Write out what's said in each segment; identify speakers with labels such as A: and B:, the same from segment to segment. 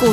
A: 股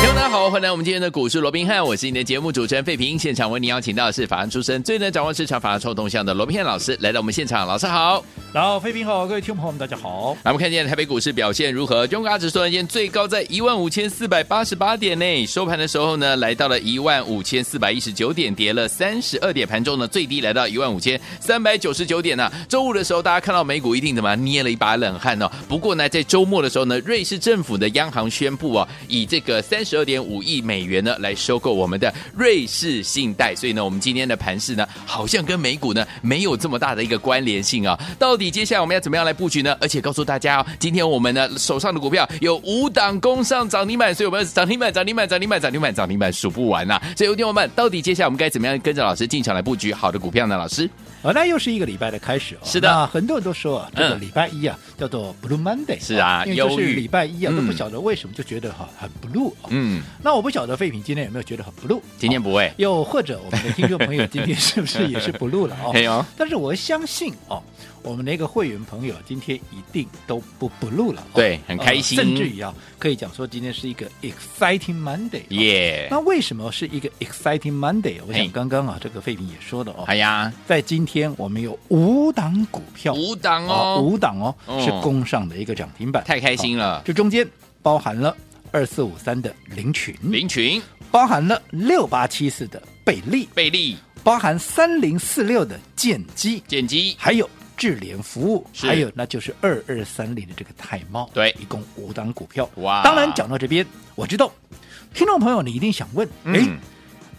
B: 听众大家好，欢迎来我们今天的股市罗宾汉，我是你的节目主持人费平。现场为您邀请到的是法案出身、最能掌握市场法案臭动向的罗宾汉老师，来到我们现场，老师好。
C: 然后，飞平好，各位听众朋友们，大家好。
B: 来，我们看见台北股市表现如何？中国指数呢，今天最高在15,488点内，收盘的时候呢，来到了15,419点，跌了32点，盘中呢最低来到15,399点呢、周五的时候，大家看到美股一定怎么样捏了一把冷汗哦。不过呢，在周末的时候呢，瑞士政府的央行宣布哦，以这个32.5亿美元呢来收购我们的瑞士信贷，所以呢，我们今天的盘势呢，好像跟美股呢没有这么大的一个关联性啊、到底接下来我们要怎么样来布局呢？而且告诉大家哦，今天我们呢手上的股票有五档攻上涨停板，所以我们要涨停板、涨停板、涨停板、涨停板、涨停板数不完呐、所以，有听友们，到底接下来我们该怎么样跟着老师进场来布局好的股票呢？老师，
C: 啊，那又是一个礼拜的开始哦。
B: 是的
C: 那很多人都说啊，这个
B: 嗯
C: 礼拜一啊，叫做 Blue Monday 哦。
B: 是啊
C: 因为就
B: 忧
C: 是
B: 郁
C: 礼拜一啊，
B: 嗯
C: 都不晓得为什么就觉得哈很 blue 哦。
B: 嗯，
C: 那我不晓得废品今天有没有觉得很 blue？
B: 今天
C: 哦
B: 不会，
C: 又或者我们的听众朋友今天是不是也是 blue 了 哦
B: 哎？呦，
C: 但是我相信哦，我们那个会员朋友今天一定都不 blue 了哦。
B: 对很开心
C: 呃甚至于啊，可以讲说今天是一个 exciting Monday 哦。
B: 耶、
C: 那为什么是一个 Exciting Monday？我
B: 嘿
C: 想刚刚啊，这个费平也说了哦
B: 哎，呀，
C: 在今天我们有五档股票，
B: 五档
C: 啊
B: 哦，
C: 五档哦
B: 哦
C: 是攻上的一个涨停板，
B: 太开心
C: 了。
B: 了，
C: 这中间包含了二四五三的林群，
B: 林群、
C: 包含了六八七四的贝利，
B: 贝利、
C: 包含三零四六的剑机，
B: 剑基，
C: 还有。智联服务，
B: 是
C: 还有那就是二二三零的这个泰茂，
B: 对
C: 一共五档股票。
B: 哇
C: 当然讲到这边，我知道听众朋友你一定想问，哎、
B: 嗯，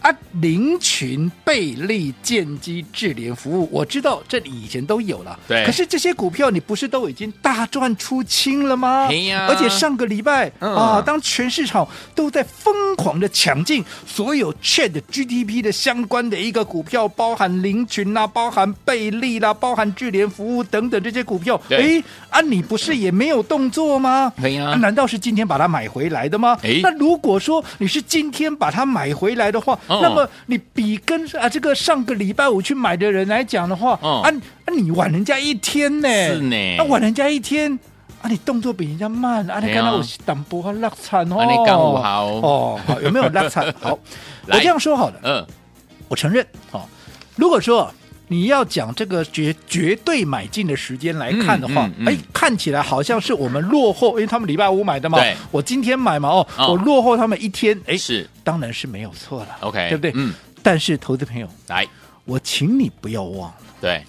C: 啊，林群、贝利、建机、智联服务，我知道这里以前都有了。
B: 对
C: 可是这些股票你不是都已经大赚出清了吗？
B: 嘿呀
C: 而且上个礼拜、
B: 嗯
C: 啊，当全市场都在疯狂的抢进所有 Chat GDP 的相关的一个股票，包含林群啦、包含贝利啦、包含智联服务等等这些股票，
B: 对嗯
C: 诶啊，你不是也没有动作吗？
B: 嘿呀
C: 啊难道是今天把它买回来的吗？
B: 诶
C: 那如果说你是今天把它买回来的话，
B: 哦
C: 那么你比跟啊这个上个礼拜五去买的人来讲的话，
B: 哦
C: 啊啊你晚人家一天呢，
B: 是呢
C: 那、晚人家一天。啊，你动作比人家慢，啊，你
B: 对啊
C: 看到我是淡薄落惨哦，
B: 啊你干我好
C: 哦，好有没有落惨？ 好，我
B: 来
C: 这样说好了，
B: 嗯，
C: 我承认哦，如果说你要讲这个绝绝对买进的时间来看的话，哎、
B: 嗯嗯嗯
C: 看起来好像是我们落后，因为他们礼拜五买的嘛
B: 对，
C: 我今天买嘛，哦，
B: 哦
C: 我落后他们一天，哎，
B: 是
C: 当然是没有错了
B: OK，
C: 对不对？
B: 嗯，
C: 但是投资朋友，
B: 来，
C: 我请你不要忘了
B: 对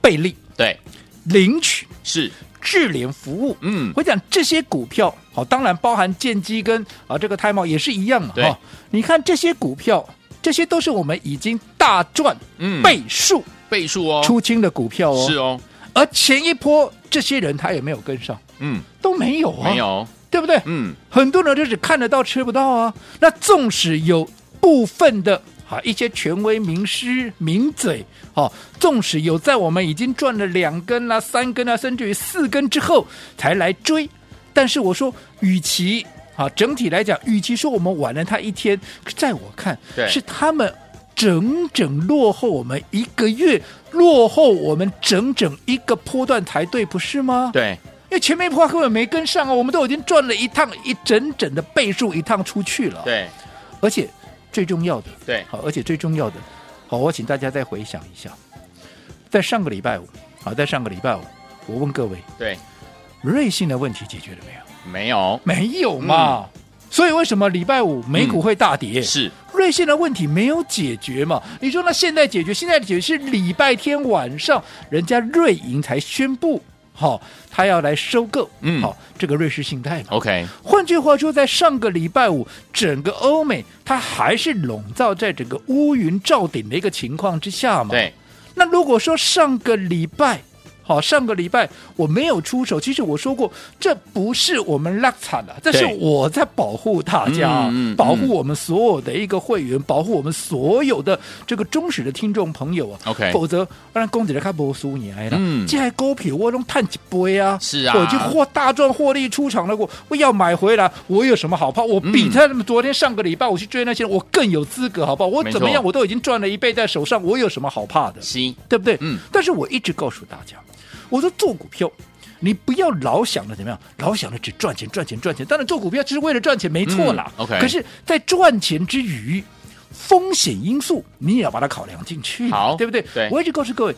C: 贝利、
B: 对，
C: 领取
B: 是，
C: 智联服务，
B: 嗯
C: 我讲这些股票，好，当然包含建机跟啊这个泰茂也是一样的
B: 对
C: 哈、你看这些股票，这些都是我们已经大赚
B: 嗯
C: 倍数
B: 倍数哦，
C: 出清的股票哦。
B: 是哦，
C: 而前一波这些人他也没有跟上，
B: 嗯，
C: 都没有啊，
B: 没，有，
C: 对不对？
B: 嗯，
C: 很多人就只看得到吃不到啊。那纵使有部分的啊一些权威名师名嘴，哦，纵使有在我们已经赚了两根啊、三根啊，甚至于四根之后才来追，但是我说，与其啊整体来讲，与其说我们晚了他一天，在我看
B: 对
C: 是他们。整整落后我们一个月，落后我们整整一个波段才对，不是吗？
B: 对，
C: 因为前面一波根本没跟上啊，我们都已经赚了一趟一整整的倍数一趟出去了。，
B: 对，
C: 而且最重要的，
B: 对
C: 好，而且最重要的，好，我请大家再回想一下，在上个礼拜五，好，在上个礼拜五，我问各位，
B: 对，
C: 瑞信的问题解决了没有？
B: 没有，
C: 没有嘛。
B: 嗯
C: 所以为什么礼拜五美股会大跌？
B: 是，
C: 瑞信的问题没有解决嘛？你说那现在解决，现在解决是礼拜天晚上，人家瑞银才宣布，好、他要来收购，
B: 嗯
C: 好、这个瑞士信贷嘛。
B: OK，
C: 换句话说，在上个礼拜五，整个欧美它还是笼罩在整个乌云罩顶的一个情况之下嘛。
B: 对，
C: 那如果说上个礼拜，好、上个礼拜我没有出手，其实我说过，这不是我们拉惨了，这是
B: 对
C: 我在保护大家啊，
B: 嗯嗯嗯
C: 保护我们所有的一个会员，保护我们所有的这个忠实的听众朋友啊。
B: OK
C: 否则不然公子的看不输你哎啦
B: 嗯，
C: 这还股票我都探几杯啊，
B: 是啊
C: 我就获大赚获利出场了，我我要买回来，我有什么好怕？我比
B: 嗯
C: 他们昨天上个礼拜我去追那些人，我更有资格好不好？我
B: 没
C: 怎么
B: 错
C: 样，我都已经赚了一倍在手上，我有什么好怕的？
B: 吸
C: 对不对？
B: 嗯。
C: 但是我一直告诉大家，我说做股票。你不要老想着怎么样，老想着只赚钱、赚钱、赚钱。当然，做股票只是为了赚钱，没错啦。
B: 嗯，OK
C: 可是，在赚钱之余，风险因素你也要把它考量进去，
B: 好
C: 对不对？
B: 对
C: 我一直告诉各位，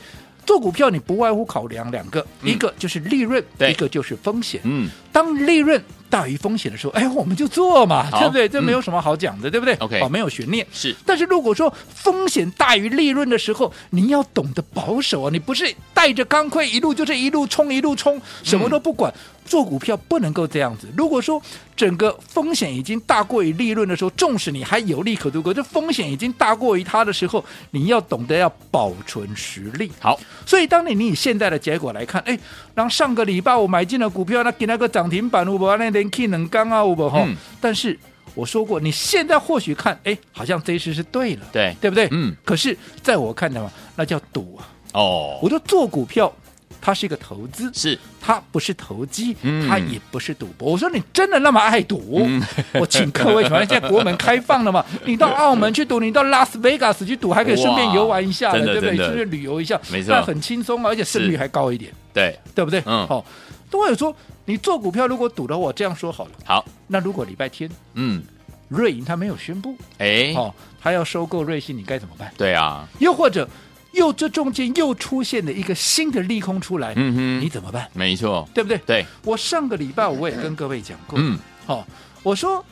C: 做股票你不外乎考量两个，
B: 嗯
C: 一个就是利润，
B: 对
C: 一个就是风险。
B: 嗯
C: 当利润大于风险的时候，哎，我们就做嘛，
B: 好
C: 对不对？这
B: 嗯
C: 没有什么好讲的，对不对
B: OK
C: 好，没有悬念。
B: 是
C: 但是如果说风险大于利润的时候，你要懂得保守啊！你不是带着钢盔一路就是一路冲一路冲，什么都不管。做股票不能够这样子。如果说整个风险已经大过于利润的时候，纵使你还有利可图，可是风险已经大过于它的时候，你要懂得要保存实力。
B: 好，
C: 所以当你你以现在的结果来看，哎，然后上个礼拜我买进了股票，那给那个涨停板，我把那连 K 能刚啊，我不哈
B: 嗯。
C: 但是我说过，你现在或许看，哎，好像这一次是对了，
B: 对
C: 对不对？
B: 嗯。
C: 可是在我看来嘛，那叫赌啊！
B: 哦，
C: 我说做股票，它是一个投资，
B: 是
C: 它不是投机，
B: 嗯
C: 它也不是赌博。我说你真的那么爱赌？ 我请各位，反正现在国门开放了嘛，你到澳门去赌，你到拉斯维加斯去赌，还可以顺便游玩一下
B: 哇
C: 了，
B: 真的
C: 对不对？
B: 真的
C: 顺便旅游一下，
B: 没错
C: 那很轻松啊，而且胜率
B: 是
C: 还高一点，
B: 对，
C: 对不对？
B: 嗯
C: 好、都有说你做股票如果赌的话，我这样说好了，
B: 好，
C: 那如果礼拜天
B: 嗯，
C: 瑞银它没有宣布，
B: 哎，
C: 哦，它要收购瑞信，你该怎么办？
B: 对啊，
C: 又或者又这中间又出现了一个新的利空出来，
B: 嗯哼
C: 你怎么办？
B: 没错，
C: 对不对？
B: 对，
C: 我上个礼拜我也跟各位讲过，
B: 嗯，
C: 好、我说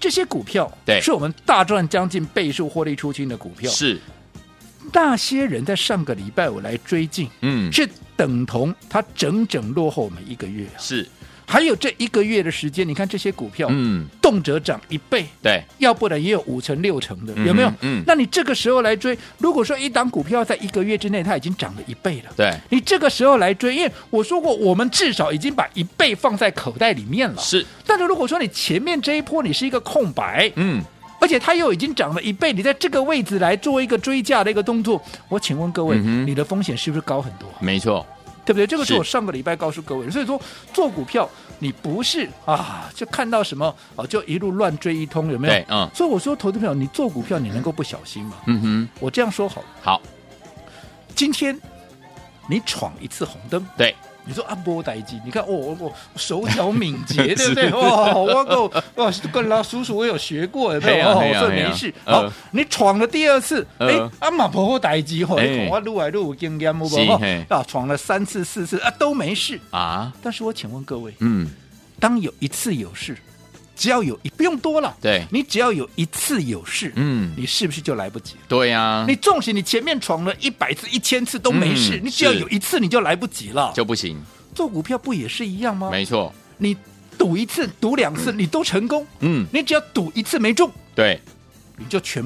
C: 这些股票
B: 对
C: 是我们大赚将近倍数获利出清的股票，
B: 是，
C: 那些人在上个礼拜我来追进，
B: 嗯，
C: 是等同他整整落后我们一个月啊，
B: 是，
C: 还有这一个月的时间，你看这些股票、
B: 嗯，
C: 动辄涨一倍，
B: 对，
C: 要不然也有五成六成的，
B: 嗯哼
C: 有没有？
B: 嗯
C: 那你这个时候来追，如果说一档股票在一个月之内它已经涨了一倍了，
B: 对，
C: 你这个时候来追，因为我说过，我们至少已经把一倍放在口袋里面了。
B: 是，
C: 但是如果说你前面这一波你是一个空白，
B: 嗯，
C: 而且它又已经涨了一倍，你在这个位置来做一个追价的一个动作，我请问各位，
B: 嗯哼
C: 你的风险是不是高很多？啊
B: 没错，
C: 对不对？这个是
B: 是
C: 我上个礼拜告诉各位的，所以说做股票你不是啊，就看到什么啊就一路乱追一通，有没有？
B: 对嗯
C: 所以我说，投资朋友，你做股票你能够不小心吗？
B: 嗯
C: 我这样说好了，
B: 哼，好，
C: 今天你闯一次红灯，
B: 对，
C: 你说按波待机，你看哦，我我手脚敏 捷，对
B: 是
C: 不对？哦，我够哇，跟老叔叔我有学过，有没有？
B: 嘿
C: 哦，
B: 呀
C: 这
B: 嘿呀呃
C: 没事。
B: 嘿呀
C: 好，你闯了第二次，
B: 嗯
C: 哎，阿马婆婆待机吼，
B: 哎
C: 你看我撸来撸经验，不
B: 是
C: 不
B: 嘿
C: 啊，闯了三次四次啊都没事。
B: 啊，
C: 但是我请问各位，
B: 嗯，
C: 当有一次有事，只要有一不用多了，
B: 对
C: 你只要有一次有事，
B: 嗯
C: 你是不是就来不及了？
B: 对呀，
C: 你纵使你前面闯了一百次、一千次都没事，
B: 嗯
C: 你只要
B: 是
C: 有一次你就来不及了。
B: 就不行，
C: 做股票不也是一样吗？
B: 没错，
C: 你赌一次、赌两次，你都成功，
B: 嗯，
C: 你只要赌一次没中，
B: 对，
C: 你就全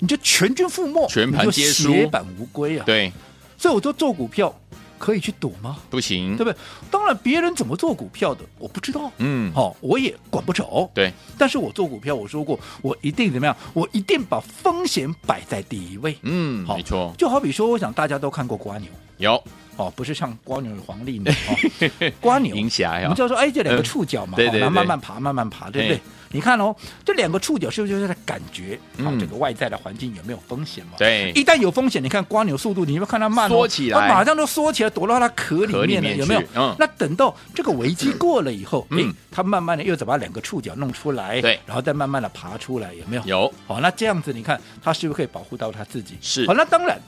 C: 你就全军覆没，
B: 全盘
C: 你就
B: 皆输
C: 血本无归啊！，
B: 对，嗯
C: 所以我说做股票可以去赌吗？
B: 不行，
C: 对不对？当然，别人怎么做股票的我不知道，
B: 嗯，
C: 好、我也管不着。
B: 对，
C: 但是我做股票，我说过，我一定怎么样？我一定把风险摆在第一位。
B: 嗯，
C: 好
B: 没错，
C: 就好比说，我想大家都看过瓜牛
B: 有
C: 哦，不是像瓜牛与黄鹂牛 哦，瓜牛
B: 银霞
C: 我
B: 呀
C: 们，就说，哎，这两个
B: 嗯
C: 触角嘛，
B: 对
C: 好
B: 对
C: 然后
B: 对
C: 慢慢爬，慢慢爬，对不对
B: 哎？
C: 你看哦，这两个触角是不是就是在感觉好
B: 嗯
C: 这个外在的环境有没有风险嘛？。
B: 对，
C: 一旦有风险，你看瓜牛速度，你有没有看它慢哦？
B: 缩起来
C: 它马上就缩起来，躲到它壳
B: 壳里
C: 里
B: 面
C: 面了，
B: 去
C: 有没有？
B: 嗯
C: 那等到这个危机过了以后，哎
B: 嗯，
C: 它慢慢的又再把两个触角弄出来，
B: 对
C: 然后再慢慢的爬出来，有没有？。
B: 有
C: 好，那这样子你看，它是不是可以保护到它自己？
B: 是
C: 好，那当然，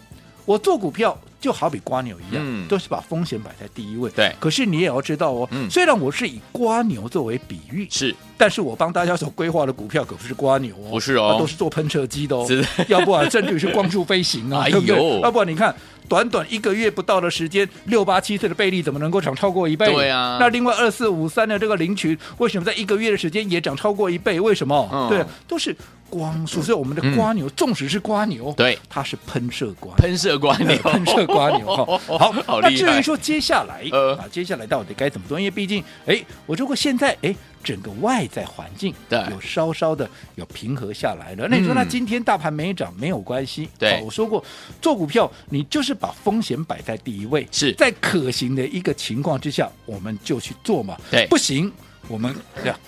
C: 我做股票就好比瓜牛一样，
B: 嗯
C: 都是把风险摆在第一位。
B: 对
C: 可是你也要知道哦，
B: 嗯
C: 虽然我是以瓜牛作为比喻，
B: 是，
C: 但是我帮大家所规划的股票可不是瓜牛哦，
B: 不是哦
C: 它都是做喷射机的哦
B: 是，
C: 要不然甚至于是光速飞行啊，
B: 哎
C: 对不
B: 呦
C: 对？要不然你看。短短一个月不到的时间，六八七四的倍率怎么能够涨超过一倍？
B: 对啊
C: 那另外二四五三的这个零群，为什么在一个月的时间也涨超过一倍？为什么？
B: 嗯
C: 对，都是光速，所以我们的瓜牛，纵使是瓜牛，
B: 对
C: 它是喷射瓜，
B: 喷射瓜牛，
C: 喷射瓜牛 哈。好，
B: 好
C: 那
B: 厉
C: 至
B: 害
C: 于，说接下来、
B: 呃
C: 啊，接下来到底该怎么做？因为毕竟，哎，我说过现在，哎，整个外在环境
B: 对
C: 有稍稍的有平和下来了。那你说，
B: 嗯
C: 那今天大盘没涨没有关系，
B: 对
C: 好我说过，做股票你就是把风险摆在第一位，
B: 是
C: 在可行的一个情况之下，我们就去做嘛。
B: 对
C: 不行，我们这样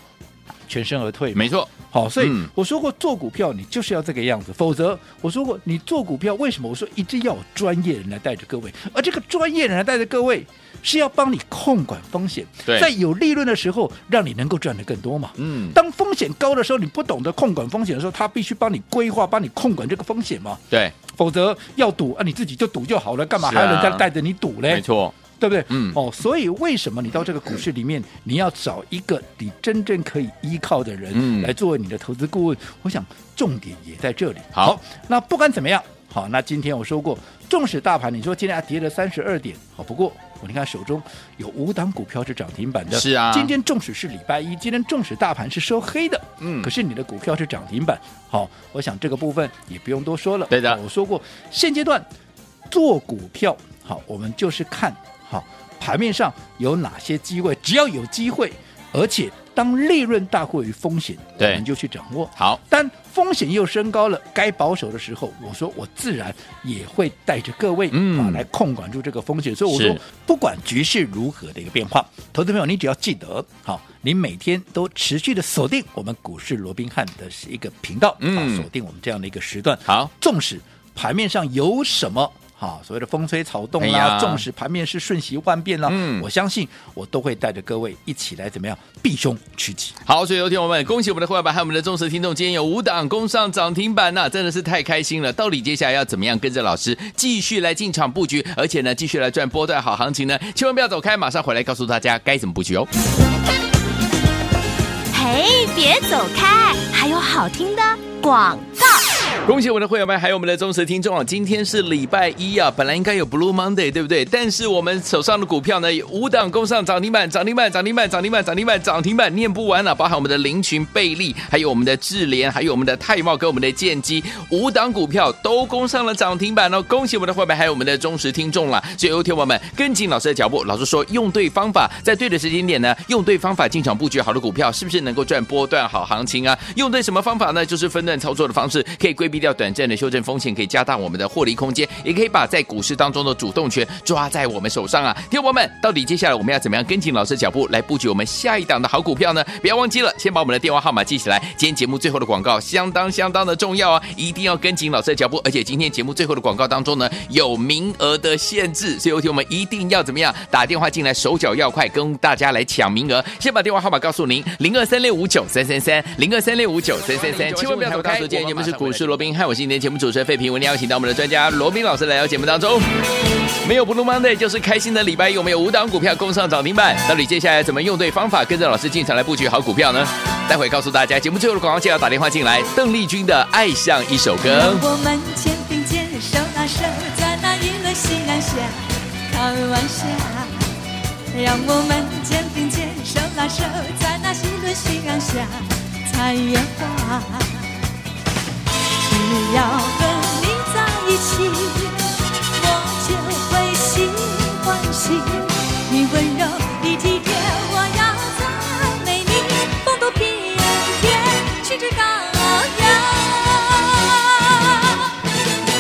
C: 全身而退嘛。
B: 没错，
C: 好，所以
B: 嗯
C: 我说过做股票你就是要这个样子，否则我说过你做股票为什么我说一定要有专业人来带着各位，而这个专业人来带着各位是要帮你控管风险，
B: 对
C: 在有利润的时候让你能够赚得更多嘛。
B: 嗯，
C: 当风险高的时候，你不懂得控管风险的时候，他必须帮你规划、帮你控管这个风险嘛，
B: 对，
C: 否则要赌啊，你自己就赌就好了，干嘛
B: 是啊
C: 还要人家带着你赌嘞？
B: 没错，
C: 对不对？
B: 嗯
C: 哦，所以为什么你到这个股市里面，你要找一个你真正可以依靠的
B: 嗯
C: 人来作为你的投资顾问？我想重点也在这里。
B: 好
C: 那不管怎么样，好，那今天我说过，纵使大盘你说今天还啊跌了三十二点，好，不过。我你看手中有五档股票是涨停板的，
B: 是啊
C: 今天纵使是礼拜一，今天纵使大盘是收黑的，
B: 嗯
C: 可是你的股票是涨停板，好，我想这个部分也不用多说了。
B: 对的
C: 好我说过，现阶段做股票，好，我们就是看好盘面上有哪些机会，只要有机会，而且当利润大过于风险，我
B: 对
C: 们就去掌握。
B: 好，
C: 但风险又升高了，该保守的时候，我说我自然也会带着各位、
B: 嗯
C: 啊来控管住这个风险。所以我说
B: 是，
C: 不管局势如何的一个变化，投资朋友你只要记得，好，你每天都持续的锁定我们股市罗宾汉的一个频道，
B: 嗯
C: 啊锁定我们这样的一个时段。
B: 好，
C: 纵使盘面上有什么。好，所谓的风吹草动
B: 哎
C: 啦
B: 呀，
C: 纵使盘面是瞬息万变啦，
B: 嗯
C: 我相信我都会带着各位一起来怎么样避凶趋吉。
B: 好，所以有听我们，恭喜我们的会员版和我们的忠实听众，今天有五档攻上涨停板呐、真的是太开心了。到底接下来要怎么样跟着老师继续来进场布局，而且呢，继续来赚波段好行情呢？千万不要走开，马上回来告诉大家该怎么布局哦。
A: 嘿，别走开，还有好听的广告。
B: 恭喜我们的会员们，还有我们的忠实听众啊！今天是礼拜一啊，本来应该有 Blue Monday，对不对？但是我们手上的股票呢，有五档攻上涨停板，涨停板，涨停板，涨停板，涨停板，涨停板，念不完了、包含我们的林群、贝利，还有我们的智联，还有我们的泰茂跟我们的建机，五档股票都攻上了涨停板哦！恭喜我们的会员，还有我们的忠实听众啦！所以，有听友们跟紧老师的脚步，老师说用对方法，在对的时间点呢，用对方法进场布局好的股票，是不是能够赚波段好行情啊？用对什么方法呢？就是分段操作的方式，可以规避掉短暂的修正风险，可以加大我们的获利空间，也可以把在股市当中的主动权抓在我们手上啊！听众朋友们，到底接下来我们要怎么样跟紧老师的脚步来布局我们下一档的好股票呢？不要忘记了，先把我们的电话号码记起来。今天节目最后的广告相当相当的重要啊，一定要跟紧老师的脚步。而且今天节目最后的广告当中呢，有名额的限制，所以有请我们一定要怎么样打电话进来，手脚要快，跟大家来抢名额。先把电话号码告诉您：零二三六五九三三三，零二三六五九三三三。千万不要走开，今天节目是股市罗宾汉，我是今天节目主持人费平，我们邀请到我们的专家罗宾老师来到节目当中。没有 Blue Monday 就是开心的礼拜一，我们有五档股票攻上涨停板，到底接下来怎么用对方法，跟着老师进场来布局好股票呢？待会告诉大家，节目最后的广告记得要打电话进来。邓丽君的《爱像一首歌》。
D: 让我们肩并肩，手拉手，在那娱乐西南下开玩笑。让我们肩并肩，手拉手，在那喜乐夕阳下采野花。只要和你在一起，我就会心欢喜。你温柔，你体贴，我要赞美你，风度翩翩，气质高雅。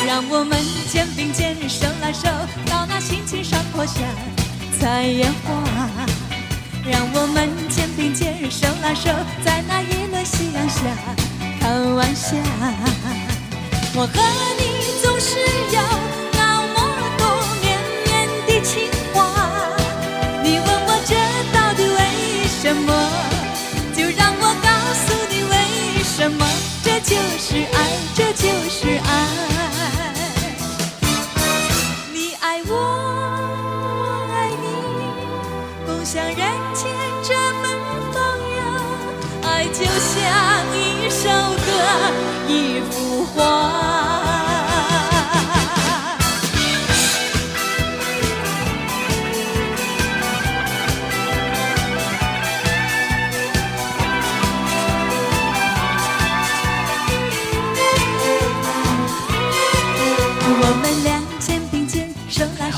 D: 让我们肩并肩，手拉手，到那心情山坡下采野花。让我们肩并肩，手拉手，在那一轮夕阳下开玩笑。我和你总是有那么多绵绵的情话，你问我这到底为什么？就让我告诉你为什么，这就是爱，这就是爱。你爱我，我爱你，共享人间这份放养。爱就像一首歌，一幅画。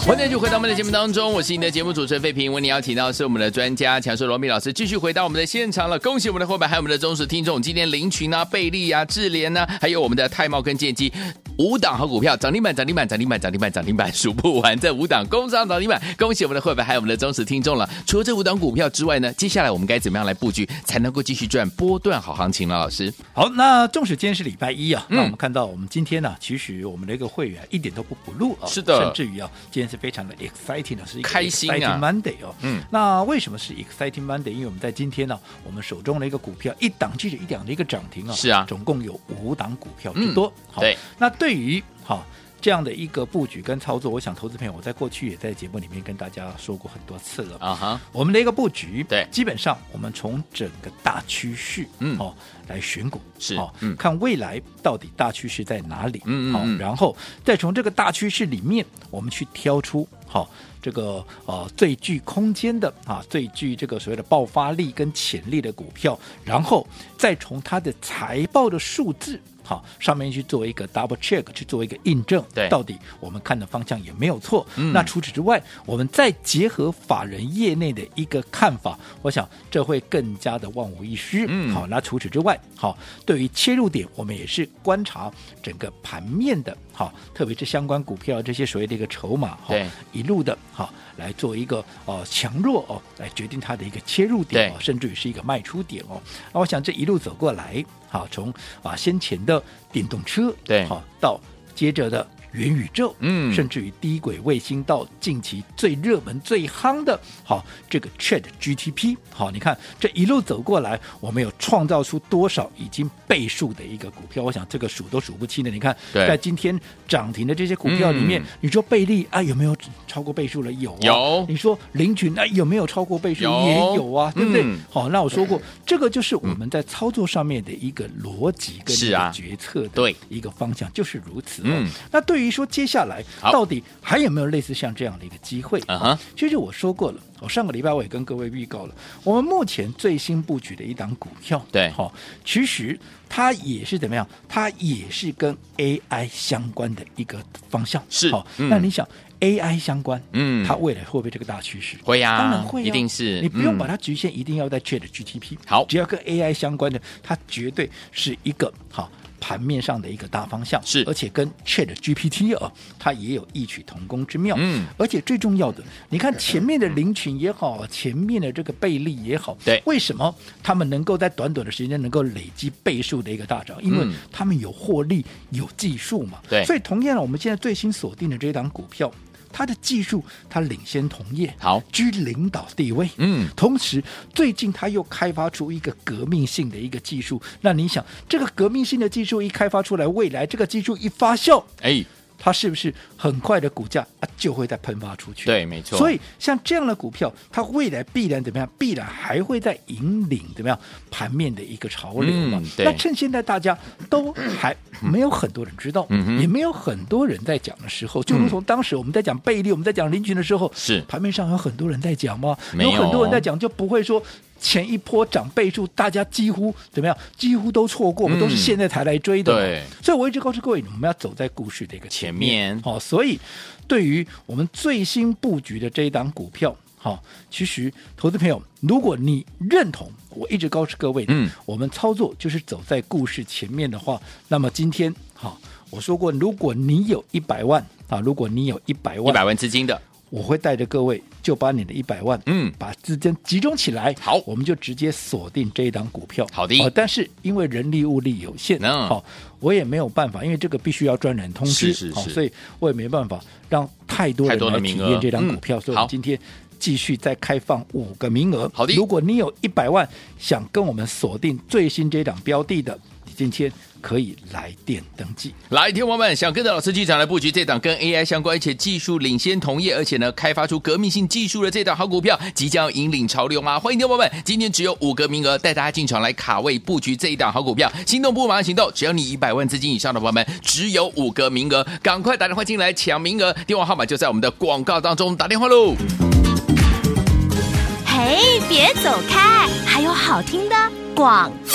B: 欢迎就回到我们的节目当中，我是你的节目主持人费平。为你邀请到的是我们的专家强硕罗密老师，继续回到我们的现场了。恭喜我们的伙伴，还有我们的忠实听众，今天林群啊、贝利啊、智联啊，还有我们的泰茂跟建机五档好股票，涨停板、涨停板、涨停板、涨停板、涨停板，数不完。这五档工商涨停板，恭喜我们的伙伴，还有我们的忠实听众了。除了这五档股票之外呢，啊接下来我们该怎么样来布局，才能够继续赚波段好行情呢？老师，
C: 好，那纵使今天是礼拜一啊，
B: 嗯
C: 那我们看到我们今天呢、其实我们的一个会员一点都不不录啊，
B: 是的
C: 甚至于啊，今天是非常的 exciting 的，是一个
B: 开心啊
C: exciting Monday 哦，
B: 嗯，
C: 那为什么是 exciting Monday？因为我们在今天呢、我们手中的一个股票一档接着一档的一个涨停啊，
B: 是啊
C: 总共有五档股票之多，
B: 嗯对，
C: 那对于好。这样的一个布局跟操作，我想投资朋友，我在过去也在节目里面跟大家说过很多次了。
B: 啊哈，
C: 我们的一个布局，
B: 对
C: 基本上我们从整个大趋势，
B: 嗯
C: 哦，来选股，
B: 是
C: 哦，
B: 嗯
C: 看未来到底大趋势在哪里，哦
B: 嗯嗯
C: 好、
B: 嗯
C: 然后再从这个大趋势里面，我们去挑出好、这个呃最具空间的啊，最具这个所谓的爆发力跟潜力的股票，然后再从它的财报的数字。好，上面去做一个 double check，去做一个印证，
B: 对
C: 到底我们看的方向也没有错。
B: 嗯
C: 那除此之外，我们再结合法人业内的一个看法，我想这会更加的万无一失。
B: 嗯
C: 好，那除此之外，好，对于切入点，我们也是观察整个盘面的，好，特别是相关股票这些所谓的一个筹码，好
B: 对，
C: 一路的，好，来做一个呃强弱哦，来决定它的一个切入点
B: 对
C: 哦，甚至于是一个卖出点哦。那我想这一路走过来，好，从啊先前的电动车，
B: 对
C: 好到接着的元宇宙，
B: 嗯
C: 甚至于低轨卫星到近期最热门、最夯的，好这个 Chat GTP，好，你看这一路走过来，我们有创造出多少已经倍数的一个股票？我想这个数都数不清的。你看，
B: 对
C: 在今天涨停的这些股票里面，
B: 嗯
C: 你说贝利啊有没有超过倍数了？有、啊，
B: 有
C: 你说林群啊有没有超过倍数？
B: 有
C: 也有啊，对不对？
B: 嗯
C: 好，那我说过，这个就是我们在操作上面的一个逻辑跟
B: 是
C: 一个
B: 啊
C: 决策的
B: 对
C: 一个方向，就是如此、哦。
B: 嗯
C: 那对于说接下来
B: 好
C: 到底还有没有类似像这样的一个机会？
B: 啊哈，
C: 其实我说过了，我上个礼拜我也跟各位预告了，我们目前最新布局的一档股票，
B: 对
C: 好、其实它也是怎么样？它也是跟 AI 相关的一个方向，
B: 是
C: 好、
B: 嗯
C: 那你想 AI 相关，
B: 嗯
C: 它未来会不会这个大趋势？
B: 会呀、
C: 当然会、啊，
B: 一定是，
C: 你不用
B: 嗯
C: 把它局限，一定要在 Chat GTP。
B: 好
C: 只要跟 AI 相关的，它绝对是一个好盘面上的一个大方向，
B: 是
C: 而且跟 Chat GPT 啊，它也有异曲同工之妙。
B: 嗯，
C: 而且最重要的，你看前面的林群也好，前面的这个贝利也好，
B: 对
C: 为什么他们能够在短短的时间能够累积倍数的一个大涨？因为
B: 嗯
C: 他们有获利，有技术嘛。
B: 对
C: 所以同样，我们现在最新锁定的这一档股票。它的技术，它领先同业，
B: 好
C: 居领导地位。
B: 嗯
C: 同时，最近他又开发出一个革命性的一个技术。那你想，这个革命性的技术一开发出来，未来这个技术一发酵，
B: 哎，
C: 它是不是很快的股价啊就会再喷发出去？
B: 对，没错，
C: 所以像这样的股票，它未来必然怎么样？必然还会在引领怎么样盘面的一个潮流嘛？
B: 嗯对
C: 那趁现在大家都还没有很多人知道，
B: 嗯哼嗯
C: 也没有很多人在讲的时候，就如同当时我们在讲贝利、我们在讲林群的时候，
B: 是
C: 盘面上有很多人在讲吗？
B: 没有哦
C: 很多人在讲，就不会说。前一波涨倍数，大家几乎怎么样？几乎都错过嘛，
B: 嗯
C: 都是现在才来追的嘛。
B: 对
C: 所以我一直告诉各位，你们要走在故事的一个前
B: 前面
C: 好、所以对于我们最新布局的这一档股票，好、其实投资朋友，如果你认同我一直告诉各位的，
B: 嗯
C: 我们操作就是走在故事前面的话，那么今天好、我说过，如果你有一百万啊，如果你有一百
B: 一
C: 万，
B: 百万资金的，
C: 我会带着各位就把你的一百万，
B: 嗯
C: 把资金集中起来，
B: 好
C: 我们就直接锁定这一档股票。
B: 好的
C: 哦但是因为人力物力有限，
B: 嗯
C: 好、我也没有办法，因为这个必须要专人通
B: 是
C: 知，
B: 是
C: 好
B: 是
C: 所以我也没办法让太多
B: 太
C: 人
B: 多的
C: 来
B: 名
C: 体
B: 额
C: 验这档
B: 嗯
C: 股票，所以我
B: 好
C: 们今天。继续再开放五个名额。
B: 好的
C: 如果你有一百万想跟我们锁定最新这档标的的，你今天可以来电登记。
B: 来，天王们想跟着老师进场来布局这档跟 AI 相关，而且技术领先同业，而且呢开发出革命性技术的这档好股票，即将要引领潮流啊吗？欢迎天王们，今天只有五个名额，带大家进场来卡位布局这一档好股票，心动不马上行动，只要你一百万资金以上的朋友们，只有五个名额，赶快打电话进来抢名额，电话号码就在我们的广告当中，打电话喽。
A: 嘿，别走开，还有好听的广告。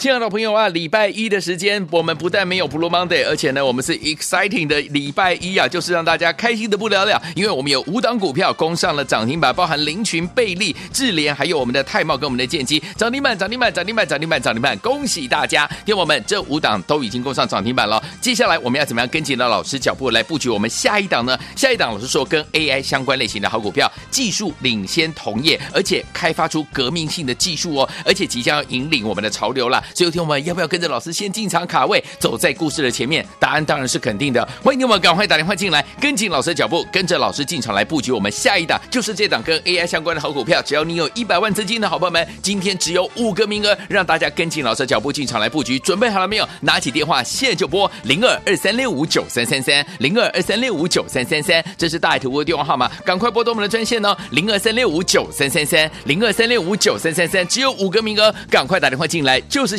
B: 亲爱的朋友啊，礼拜一的时间，我们不但没有 Blue Monday，而且呢，我们是 exciting 的礼拜一啊，就是让大家开心的不得了，因为我们有五档股票攻上了涨停板，包含林群、贝利、智联，还有我们的泰茂跟我们的建机，涨停板，涨停板，涨停板，涨停板，涨停板，恭喜大家！听众朋友们，这五档都已经攻上涨停板了，接下来我们要怎么样跟紧到老师脚步来布局我们下一档呢？下一档老师说跟 AI 相关类型的好股票，技术领先同业，而且开发出革命性的技术哦，而且即将要引领我们的潮流啦。所以，听我们要不要跟着老师先进场卡位，走在故事的前面？答案当然是肯定的。欢迎你们赶快打电话进来，跟紧老师的脚步，跟着老师进场来布局我们下一档，就是这档跟 AI 相关的好股票。只要你有一百万资金的好朋友们，今天只有五个名额，让大家跟紧老师的脚步进场来布局。准备好了没有？拿起电话现在就拨零二二三六五九三三三零二二三六五九三三三，这是大爱图的电话号码，赶快拨通我们的专线哦，零二三六五九三三三零二三六五九三三三，只有五个名额，赶快打电话进来，就是